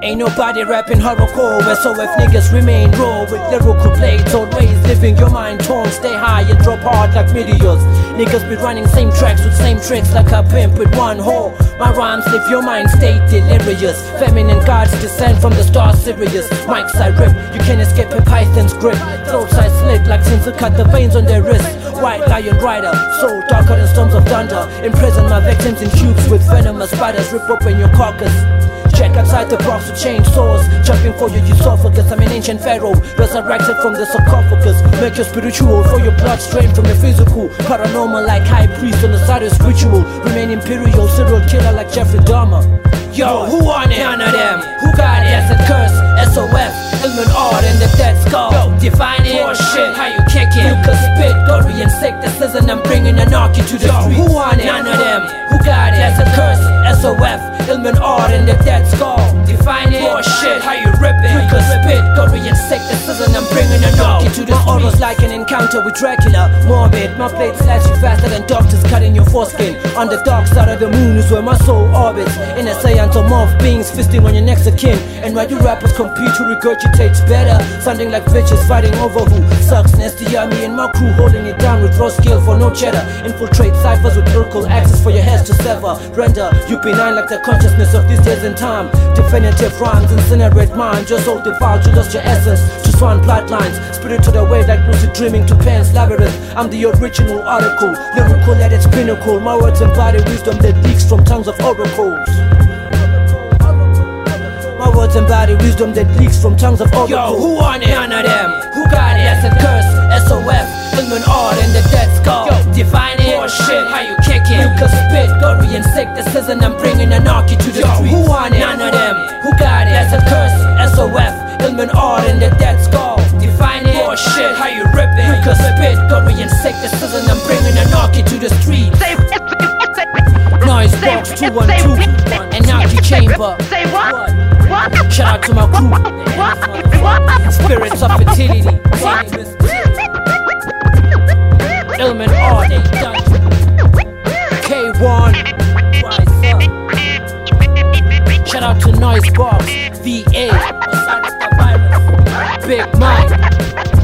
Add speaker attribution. Speaker 1: Ain't nobody rapping hardcore, so if niggas remain raw with lyrical blades, always living your mind torn, stay high and drop hard like meteors. Niggas be running same tracks with same tricks like a pimp with one whore. My rhymes leave your mind state delirious. Feminine gods descend from the stars serious. Mics I rip, you can't escape a python's grip. Throats I slit like sins that cut the veins on their wrists. White lion rider, soul darker than storms of thunder. Imprison my victims in cubes with venomous spiders. Rip open your carcass. Check outside the box to change source. Jumping for your esophagus. I'm an ancient pharaoh, resurrected from the sarcophagus. Make your spiritual, for your blood strain from your physical. Paranormal like high priest on the Osiris ritual. Remain imperial, serial killer like Jeffrey Dahmer. Yo, who on it? None of them. Who got acid curse? SOS, Ilman Art and the dead skull. Yo, define it. More shit, how you kick it? You can spit, gory and sick. This isn't I'm bringing an arc to the Yo, who on it? None of them. Who got acid curse? SOF, Ilman Art and the dead skull. Define it. More shit, how you rip it? You can spit, gory and sick. This isn't I'm bringing an arc to the My aura's like an encounter with Dracula. Morbid, my blade slashes faster than doctors cutting your foreskin. On the dark side of the moon is where my soul orbits. In a seance of morph beings fisting on your next of kin. And why do rappers compete who regurgitates better? Sounding like bitches fighting over who sucks. Nasty army and my crew holding it down with raw skill for no cheddar. Infiltrate ciphers with local access for your heads to sever. Render you benign like the consciousness of these days and time. Definitive rhymes, incinerate mind. Your soul defiled, you lost your essence to swan plotlines. Spirited away like lucid dreaming to Pan's labyrinth. I'm the original article, lyrical at its pinnacle. My words embody wisdom that leaks from tongues of oracles. My words embody wisdom that leaks from tongues of oracles. Yo, who on it? None of them. Who got acid curse? SOF, Ilman Art and the Dead Skull. Yo, define it. More shit, how you kick it? You can spit, gory and sick. This isn't I'm bringing anarchy to the Yo, who on it? None of them. Who got acid curse? SOF, Ilman Art and the Dead Skull. Define it. More shit, how you rip it? You can spit, gory and sick. This isn't I'm bringing anarchy to the street. Noise box 212 Anarchy chamber.
Speaker 2: Say what? What?
Speaker 1: Shout out to my crew. Spirits of fertility. Element R. they done. K1. Shout out to Noise Box. VA. Osiris the Virus. Big Mike.